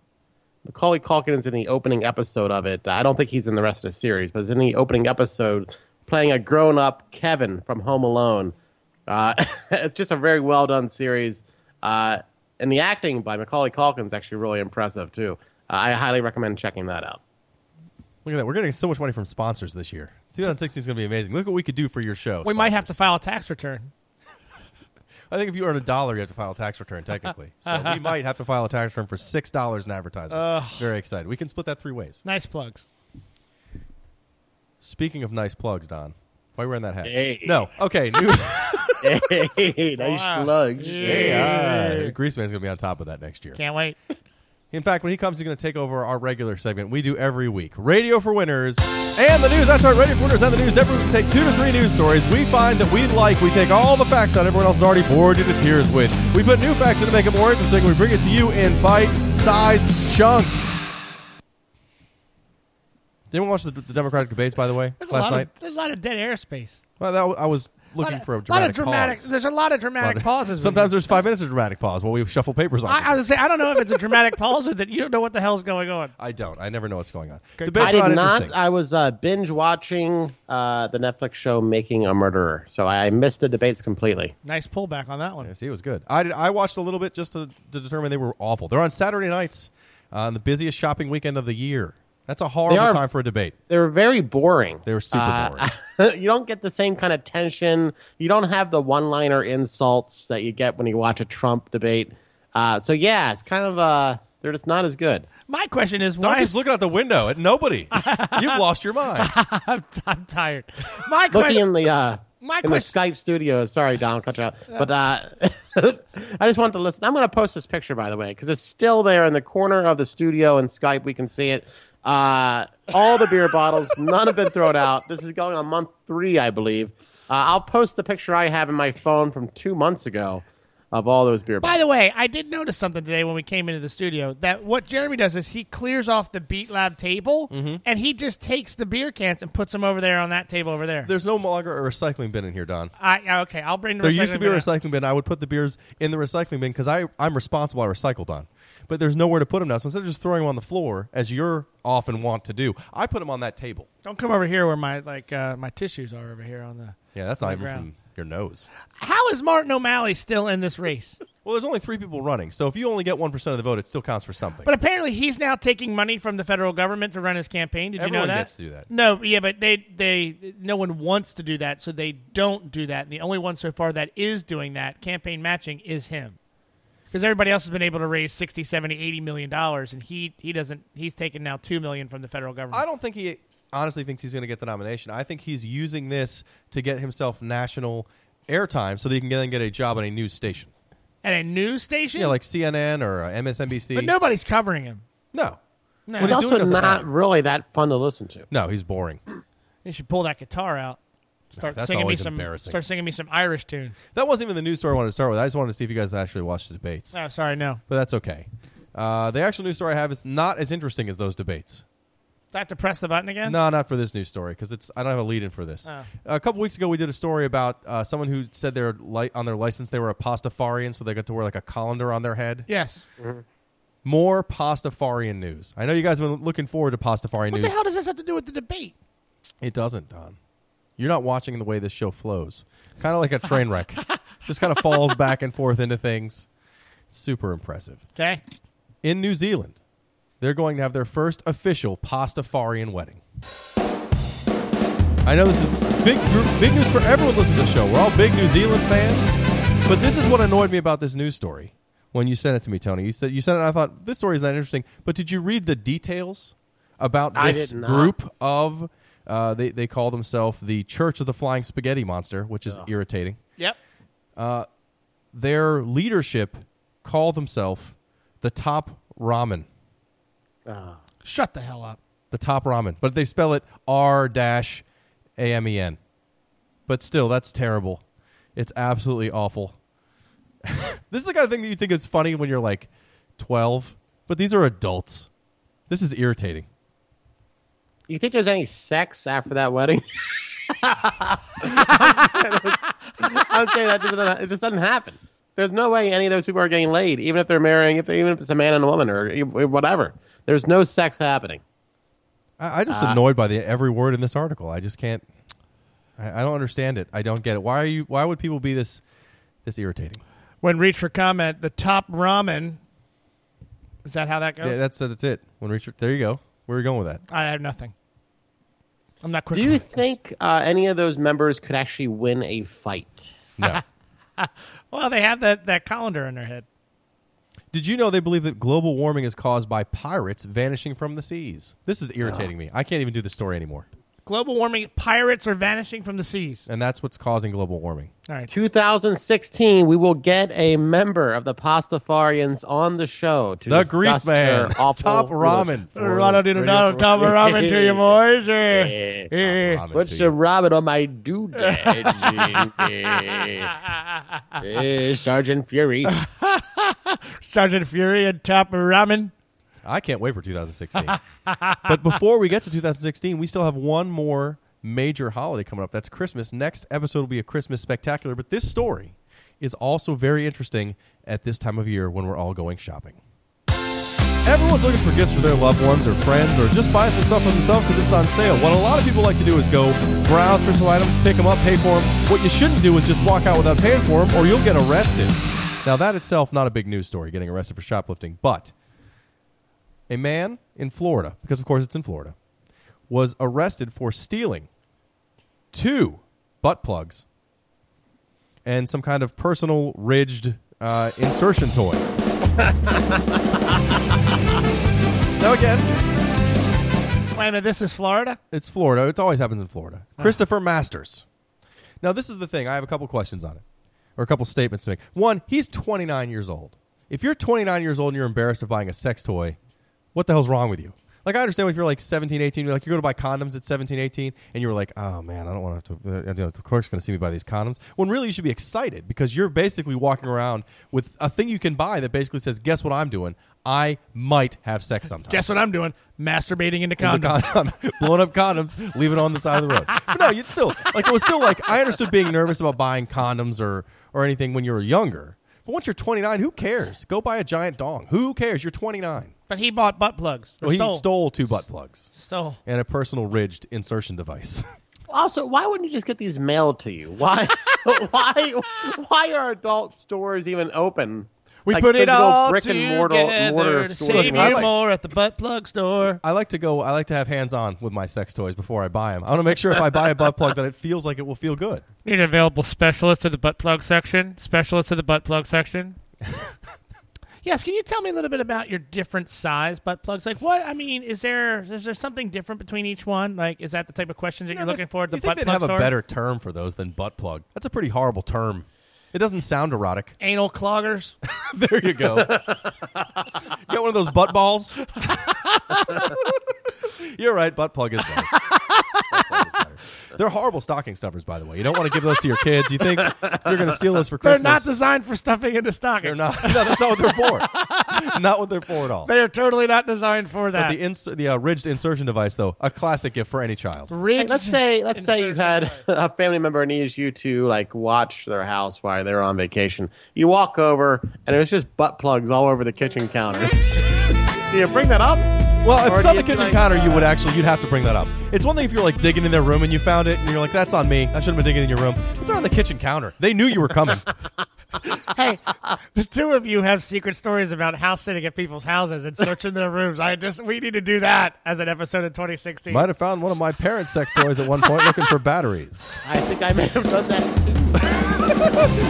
Macaulay Culkin is in the opening episode of it. I don't think he's in the rest of the series, but he's in the opening episode playing a grown-up Kevin from Home Alone. Uh, it's just a very well done series, uh, and the acting by Macaulay Culkin is actually really impressive too. Uh, I highly recommend checking that out.
Look at that. We're getting so much money from sponsors this year. 2016 is going to be amazing. Look what we could do for your show.
We might have to file a tax return.
I think if you earn a dollar, you have to file a tax return, technically. so we might have to file a tax return for $6 in advertising. Very excited. We can split that three ways.
Nice plugs.
Speaking of nice plugs, Don, why are you wearing that hat?
Hey.
No. Okay. New-
hey, nice
Wow.
slugs.
yeah. Grease Man's going to be on top of that next year.
Can't wait.
In fact, when he comes, he's going to take over our regular segment we do every week Radio for Winners and the News. That's right, Radio for Winners and the News. Every week we take two to three news stories we find that we like. We take all the facts out everyone else is already bored you to tears with. We put new facts in to make it more interesting. We bring it to you in bite sized chunks. Did anyone watch the, the Democratic debates, by the way,
There's a
last
lot
night?
Of, there's a lot of dead airspace.
well, that, was- I was looking
lot,
for a
a lot
dramatic,
of dramatic.
pause.
There's a lot of
Lot
dramatic
of-
pauses.
Sometimes
there's.
there's five minutes of dramatic pause while we shuffle papers on.
I, I was gonna say I don't know if it's a dramatic pause or that you don't know what the hell's going on.
I don't. I never know what's going on.
Good
Debates
I
were
did
interesting.
not. I was uh, binge watching uh, the Netflix show Making a Murderer, so I missed the debates completely.
Nice pullback on that one.
Yeah, see, it was good. I did, I watched a little bit just to, to determine they were awful. They're on Saturday nights uh, on the busiest shopping weekend of the year. That's a horrible
are-
time for a debate.
They were very boring.
They were super boring.
boring. you don't get the same kind of tension. You don't have the one-liner insults that you get when you watch a Trump debate. Uh, so yeah, it's kind of uh, they're just not as good.
My question is
Don
why?
keeps looking out the window at nobody. You've lost your mind.
I'm, I'm tired. My
Looking
question.
in the uh,
My
in the
question.
Skype studio. Sorry, Don, cut you out. But uh, I just wanted to listen. I'm going to post this picture, by the way, because it's still there in the corner of the studio in Skype. We can see it. Uh, all the beer bottles, none have been thrown out. This is going on month three, I believe. Uh, I'll post the picture I have in my phone from two months ago. of all those beer
By
bottles.
the way, I did notice something today when we came into the studio that what Jeremy does is he clears off the Beat Lab table
Mm-hmm.
and he just takes the beer cans and puts them over there on that table over there.
There's no longer a recycling bin in here, Don.
I, yeah, okay, I'll bring the
There used to
recycling
be a
bin out.
recycling bin. I would put the beers in the recycling bin because I'm responsible. I recycle, Don. But there's nowhere to put them now. So instead of just throwing them on the floor, as you're often want to do, I put them on that table.
Don't come over here where my like uh, my tissues are over here on the.
Yeah, that's not even
ground.
from your nose.
How is Martin O'Malley still in this race?
Well, there's only three people running. So if you only get 1% of the vote, it still counts for something.
But apparently, he's now taking money from the federal government to run his campaign. Did you
Everyone
know that?
gets to do that.
No, yeah, but they they no one wants to do that, so they don't do that. And the only one so far that is doing that campaign matching is him, because everybody else has been able to raise 60, 70, 80 million dollars, and he he doesn't. He's taking now two million from the federal government.
I don't think he honestly thinks he's going to get the nomination. I think he's using this to get himself national airtime so that he can then get a job on a news station.
At a news station,
Yeah, like CNN or uh, MSNBC.
but nobody's covering him.
no.
No,
What
It's
he's doing
also
doesn't
not
matter.
really that fun to listen to.
No, he's boring.
You should pull that guitar out. Start
That's
singing me
always
some.
embarrassing.
Start singing me some Irish tunes.
That wasn't even the news story I wanted to start with. I just wanted to see if you guys actually watched the debates.
Oh, sorry, no.
But that's okay. Uh, the actual news story I have is not as interesting as those debates.
Do I have to press the button again?
No, not for this news story because it's I don't have a lead in for this.
Oh.
A couple weeks ago, we did a story about uh, someone who said their li- on their license they were a pastafarian, so they got to wear like a colander on their head.
Yes.
More pastafarian news. I know you guys have been looking forward to pastafarian
What
news.
the hell does this have to do with the debate?
It doesn't, Don. You're not watching the way this show flows. Kind of like a train wreck. Just kind of falls back and forth into things. Super impressive.
Okay.
In New Zealand, they're going to have their first official Pastafarian wedding. I know this is big, gr- big news for everyone listening to the show. We're all big New Zealand fans, but this is what annoyed me about this news story. When you sent it to me, Tony, you said you sent it. And I thought this story is not interesting, but did you read the details about
I
this
did not.
group of? Uh, they they call themselves the Church of the Flying Spaghetti Monster, which is irritating
Yep.
their leadership call themselves the top ramen.
Ah. Shut the hell up.
The top ramen. But they spell it R dash A M E N. But still, that's terrible. It's absolutely awful. this is the kind of thing that you think is funny when you're like 12, but these are adults. This is irritating.
You think there's any sex after that wedding? I'm saying that just doesn't, it just doesn't happen. There's no way any of those people are getting laid, even if they're marrying, if even if it's a man and a woman or e- whatever. There's no sex happening.
I, I just
Ah.
annoyed by the every word in this article. I just can't. I, I don't understand it. I don't get it. Why are you? Why would people be this this irritating?
When reach for comment, the top ramen. Is that how that goes?
Yeah, that's that's it. When Richard, there you go. Where are you going with that?
I have nothing. I'm not quick.
Do you think uh, any of those members could actually win a fight?
No.
well, they have that, that colander in their head.
Did you know they believe that global warming is caused by pirates vanishing from the seas? This is irritating me. I can't even do this story anymore.
Global warming, pirates are vanishing from the seas.
And that's what's causing global warming.
All right.
2016, we will get a member of the Pastafarians on the show to
The
discuss
Grease Man,
their awful
Top Ramen.
religion.
Ronald did a
Ronald-
top ramen to you, boys.
Yeah.
Top ramen
Put
to
some
you.
ramen on my doodad. Eh, Sergeant Fury.
Sergeant Fury and top ramen.
I can't wait for 2016. but before we get to 2016, we still have one more major holiday coming up. That's Christmas. Next episode will be a Christmas spectacular, but this story is also very interesting at this time of year when we're all going shopping. Everyone's looking for gifts for their loved ones or friends or just buy some stuff for themselves because it's on sale. What a lot of people like to do is go browse for some items, pick them up, pay for them. What you shouldn't do is just walk out without paying for them or you'll get arrested. Now, that itself, not a big news story, getting arrested for shoplifting, but a man in Florida, because of course it's in Florida, was arrested for stealing two butt plugs and some kind of personal ridged uh, insertion toy. now again,
Wait a minute, this is Florida?
it's Florida. It always happens in Florida. Christopher Masters. Now this is the thing. I have a couple questions on it, or a couple statements to make. One, he's 29 years old. If you're 29 years old and you're embarrassed of buying a sex toy, what the hell's wrong with you? Like I understand if you're like 17, 18, you're like you go to buy condoms at 17, 18, and you were like, oh man, I don't want to. Have to uh, you know, the clerk's going to see me buy these condoms. When really you should be excited because you're basically walking around with a thing you can buy that basically says, guess what I'm doing? I might have sex sometime.
Guess what I'm doing? Masturbating into
With
condoms.
the condom, blowing up condoms, leave it on the side of the road. But no, it's still like it was still like I understood being nervous about buying condoms or or anything when you were younger. But once you're 29, who cares? Go buy a giant dong. Who cares? You're 29.
But he bought butt plugs. Or
Well, he
stole.
stole. two butt plugs
Stole.
and a personal ridged insertion device.
Also, why wouldn't you just get these mailed to you? Why, why, why are adult stores even open?
We
Like
put it
physical
all
brick and mortar-
together
mortar
to
store.
save
Look, I
you
like-
more at the butt plug store.
I like to go. I like to have hands on with my sex toys before I buy them. I want to make sure if I buy a butt plug that it feels like it will feel good.
Need an available specialist to the butt plug section. Specialist to the butt plug section.
Yes, can you tell me a little bit about your different size butt plugs? Like, what I mean is there is there something different between each one? Like, is that the type of questions that you're looking for at the
you think
butt
they'd
plug
have
store?
a better term for those than butt plug? That's a pretty horrible term. It doesn't sound erotic.
Anal cloggers.
There you go. Got one of those butt balls. You're right. Butt plug is better. Butt plug is better. They're horrible stocking stuffers, by the way. You don't want to give those to your kids. You think if you're going to steal those for
They're
Christmas?
not designed for stuffing into stockings.
They're not. No, that's not what they're for. not what they're for at all.
They are totally not designed for
But
that.
the ins- the uh, ridged insertion device, though, a classic gift for any child.
Ridge-
Let's say, let's say you had a family member needs you to like watch their house while they're on vacation. You walk over, and there's just butt plugs all over the kitchen counters. Do you bring that up?
Well, if
Or
it's
do
on the
you
kitchen
like-
counter, you would actually you'd have to bring that up. It's one thing if you're like digging in their room and you found it and you're like, "That's on me. I should have been digging in your room." But they're on the kitchen counter. They knew you were coming.
hey, the two of you have secret stories about house sitting at people's houses and searching their rooms. I just we need to do that as an episode in 2016.
Might have found one of my parents' sex toys at one point looking for batteries.
I think I may have done that. too.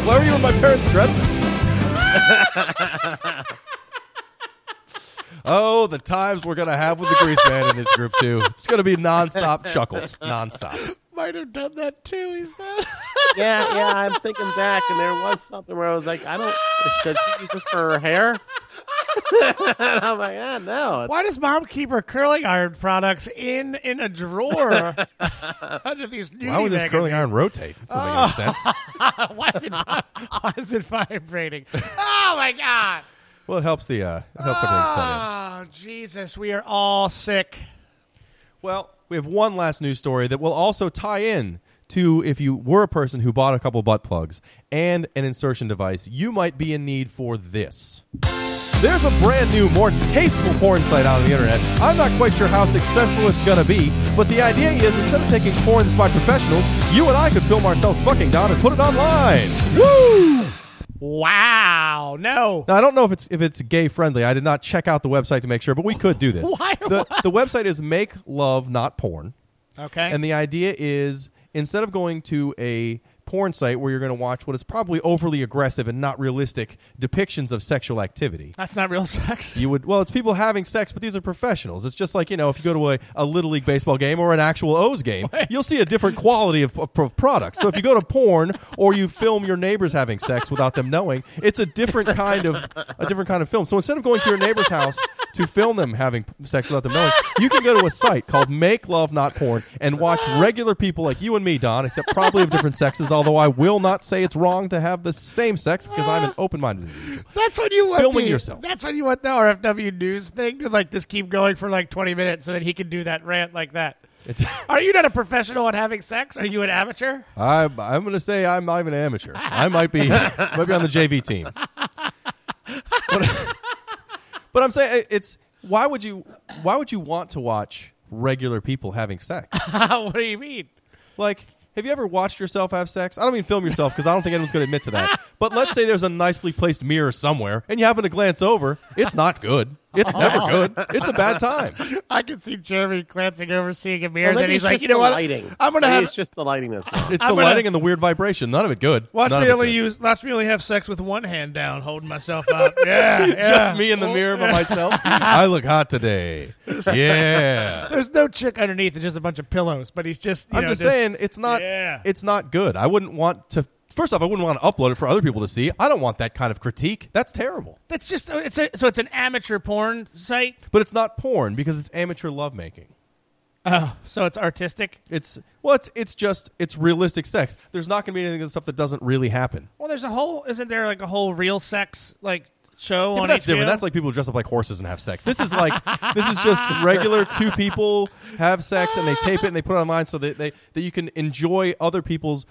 Where were you in my parents' dressing? oh, the times we're gonna have with the grease man in this group too. It's gonna be nonstop chuckles, nonstop.
Might have done that too. He said.
Yeah, yeah, I'm thinking back, and there was something where I was like, I don't. Does she use this for her hair? and I'm like, ah, no. it's-
Why does mom keep her curling iron products in in a drawer under these nudie
Why would this curling iron rotate? That
Ah.
doesn't make any sense.
magazines? why is it why is it vibrating? Oh my god!
Well, it helps the uh, it helps everything settle. in.
Oh Jesus, we are all sick.
Well, we have one last news story that will also tie in to if you were a person who bought a couple butt plugs and an insertion device, you might be in need for this. There's a brand new, more tasteful porn site out on the internet. I'm not quite sure how successful it's gonna be, but the idea is instead of taking porn that's by professionals, you and I could film ourselves fucking down and put it online. Woo!
Wow. No.
Now I don't know if it's if it's gay friendly. I did not check out the website to make sure, but we could do this.
Why-
The, the website is Make Love Not Porn.
Okay.
And the idea is instead of going to a porn site where you're going to watch what is probably overly aggressive and not realistic depictions of sexual activity.
That's not real sex.
You would well, it's people having sex, but these are professionals. It's just like you know, if you go to a, a little league baseball game or an actual O's game, you'll see a different quality of, of, of product. So if you go to porn or you film your neighbors having sex without them knowing, it's a different kind of a different kind of film. So instead of going to your neighbor's house to film them having sex without them knowing, you can go to a site called Make Love Not Porn and watch regular people like you and me, Don, except probably of different sexes. Although I will not say it's wrong to have the same sex because I'm an open-minded individual.
That's what you want.
Filming
the-
yourself.
That's what you want the RFW news thing to like just keep going for like 20 minutes so that he can do that rant like that.
It's-
Are you not a professional at having sex? Are you an amateur?
I'm, I'm going to say I'm not even an amateur. I might be might be on the JV team. But, but I'm saying eh, it's why would you why would you want to watch regular people having sex?
what do you mean?
Like, have you ever watched yourself have sex? I don't mean film yourself because I don't think anyone's going to admit to that. But let's say there's a nicely placed mirror somewhere, and you happen to glance over. It's not good. It's never
Oh.
good. It's a bad time.
I can see Jeremy glancing over, seeing a mirror,
Well,
and then
maybe
he's
it's
like,
just
you know
the
what?
Lighting.
I'm gonna
Maybe
have.
It's just the lighting that's. wrong.
It's
I'm
the
gonna-
lighting and the weird vibration. None of it good.
Watch E
None of
me
it
only
good.
use. Watch me only have sex with one hand down, holding myself up. Yeah, Oh, yeah.
just me in the mirror by myself. Oh, I look hot today. Yeah.
There's no chick underneath. It's just a bunch of pillows. But he's just. You
I'm
know,
just saying it's not
Yeah.
it's not good. I wouldn't want to First off, I wouldn't want to upload it for other people to see. I don't want that kind of critique. That's terrible.
That's just it's a, so it's an amateur porn site.
But it's not porn because it's amateur lovemaking.
Oh, so it's artistic.
It's well, it's it's just it's realistic sex. There's not going to be anything of the stuff that doesn't really happen.
Well, there's a whole isn't there like a whole real sex like
Yeah,
show
but
on
that's
HBO?
different. That's like people dress up like horses and have sex. This is like this is just regular two people have sex and they tape it and they put it online so that they that you can enjoy other people's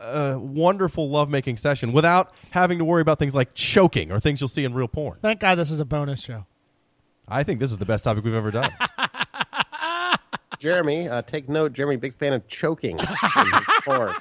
uh, wonderful lovemaking session without having to worry about things like choking or things you'll see in real porn.
Thank God this is a bonus show.
I think this is the best topic we've ever done.
Jeremy, uh, take note. Jeremy, big fan of choking. in his porn.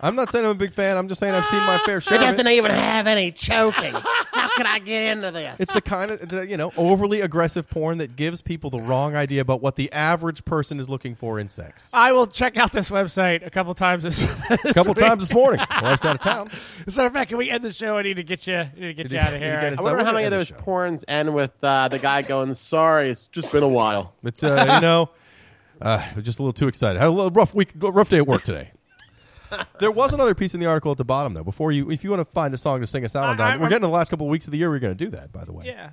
I'm not saying I'm a big fan. I'm just saying I've seen my fair share.
It
of
doesn't even have any choking. How could I get into this?
It's the kind of the, you know overly aggressive porn that gives people the wrong idea about what the average person is looking for in sex.
I will check out this website a couple times this,
A couple times this morning, wife's out of town.
So, Matt, can we end the show? I need to get you, I need to get
Did
you
you-
out of
did you get
here.
it?
I
So
wonder
we're
how many of
gonna
those
end the
porns end with uh, the guy going, "Sorry, it's just been a while."
It's uh, you know, uh, just a little too excited. Had a little rough week, rough day at work today. there was another piece in the article at the bottom though. Before you, if you want to find a song to sing us out on,
I- I-
Don, we're getting to the last couple of weeks of the year. We're going to do that, by the way.
Yeah.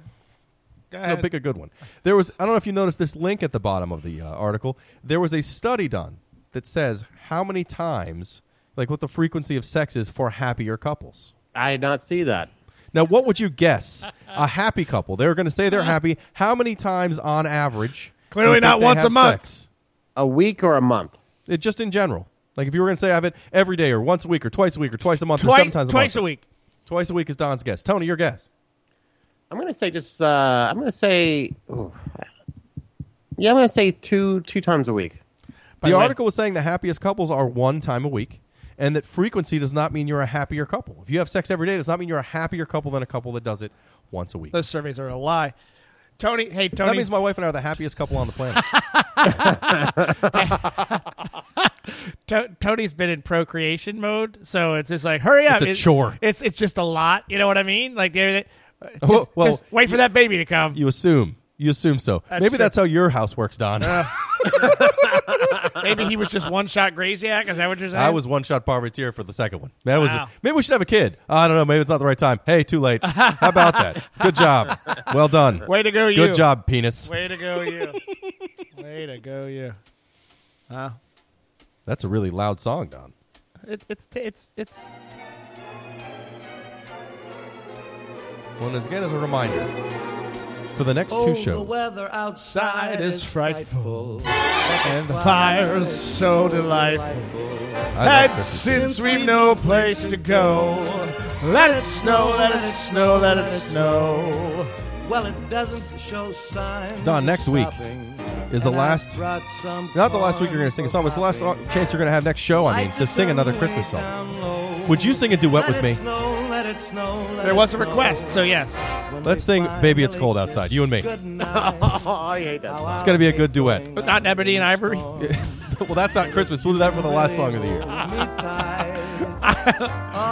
Go
So
ahead.
pick a good one. There was I don't know if you noticed this link at the bottom of the uh, article. There was a study done that says how many times, like what the frequency of sex is for happier couples.
I did not see that.
Now, what would you guess? A happy couple. They're going to say they're happy. How many times on average? do
Clearly
you think
not
they
once a
have
month.
sex?
A week or a month?
It, just in general. Like if you were going to say I have it every day or once a week or twice a week or twice a month or
Twice,
sometimes
twice
a,
a
month.
week.
Twice a week is Don's guess. Tony, your guess.
I'm gonna say just. Uh, I'm gonna say. ooh. Yeah, I'm gonna say two two times a week.
the
the way-
article was saying the happiest couples are one time a week, and that frequency does not mean you're a happier couple. If you have sex every day, it does not mean you're a happier couple than a couple that does it once a week.
Those surveys are a lie. Tony, hey Tony,
that means my wife and I are the happiest couple on the planet.
To- Tony's been in procreation mode, so it's just like hurry up.
It's a chore.
It's it's just a lot. You know what I mean? Like they're, they just,
Well- Oh, well,
just wait for that baby to come.
you assume. You assume so. Maybe
true. Uh,
that's how your house works, Don.
Maybe he was just one shot Graziak. Is that what you're saying?
I was one shot parvatier for the second one. That was
Wow.
maybe we should have a kid. I don't know. Maybe it's not the right time. Hey, too late. How about that? Good job. Well done.
Way to go, you.
Good job, penis.
Way to go, you. Way to go, you.
That's a really loud song, Don.
It, it's it's it's
Well, as again, as a reminder, for the next two shows,
Oh, weather outside
is frightful,
and the
fire is so delightful.
I love Christmas.
since we've no place to go, let it snow, let it snow, let it snow.
Well, it doesn't show signs.
Don,
of
next week
stopping.
is the
And I
last-
brought some
not the last week you're
corn
going to sing a
for
song, but it's the last
popping.
chance you're going to have next show. I mean,
Lights
to sing
are
another
way
Christmas song.
down low.
Would you sing a duet
Let
with
it
me?
snow, let it snow, let
There
it
was a
snow.
request, so yes.
When
Let's
they
sing "Baby It's
finally
Cold
kiss
Outside," you and me.
goodnight,
Oh, I hate that.
how
song.
It's going to be a good
I'll
duet.
hang
But not
out
Ebony and
in the
Ivory?
storm.
well, that's not Christmas. We'll do that for the last song of the year.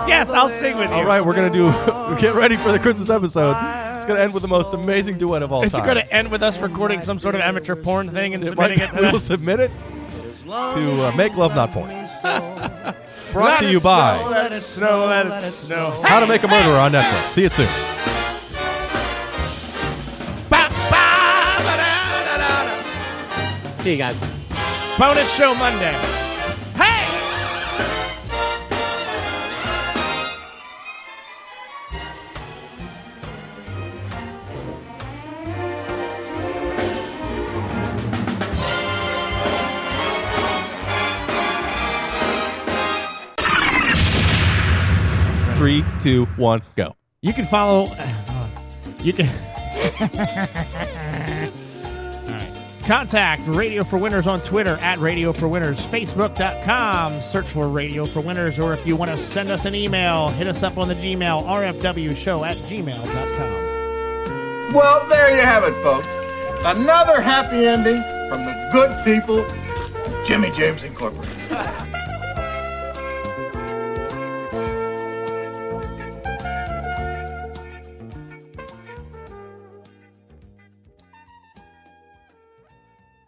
Yes, I'll sing with you.
All right, we're going to do. get ready for the Christmas episode. It's going to end with the most amazing duet of all
Is it
time.
going to end with us recording some sort of amateur porn thing and
It might
submitting
be-
it
we
to
will
us?
submit it to uh, Make Love Not Porn. Brought
Let
to
it
you
snow,
by
Let it snow, let it snow.
How to Make a Murderer on Netflix. See you soon.
Ba- ba- ba-da-da-da-da.
See you guys.
Bonus show Monday. Hey!
Three, two, one, go.
You can follow. You can.
Contact Radio for Winners on Twitter at Radio for Winners, Facebook.com. Search for Radio for Winners, or if you want to send us an email, hit us up on the Gmail, rfwshow at gmail.com.
Well, Oh, there you have it, folks. Another happy ending from the good people, Jimmy James Incorporated.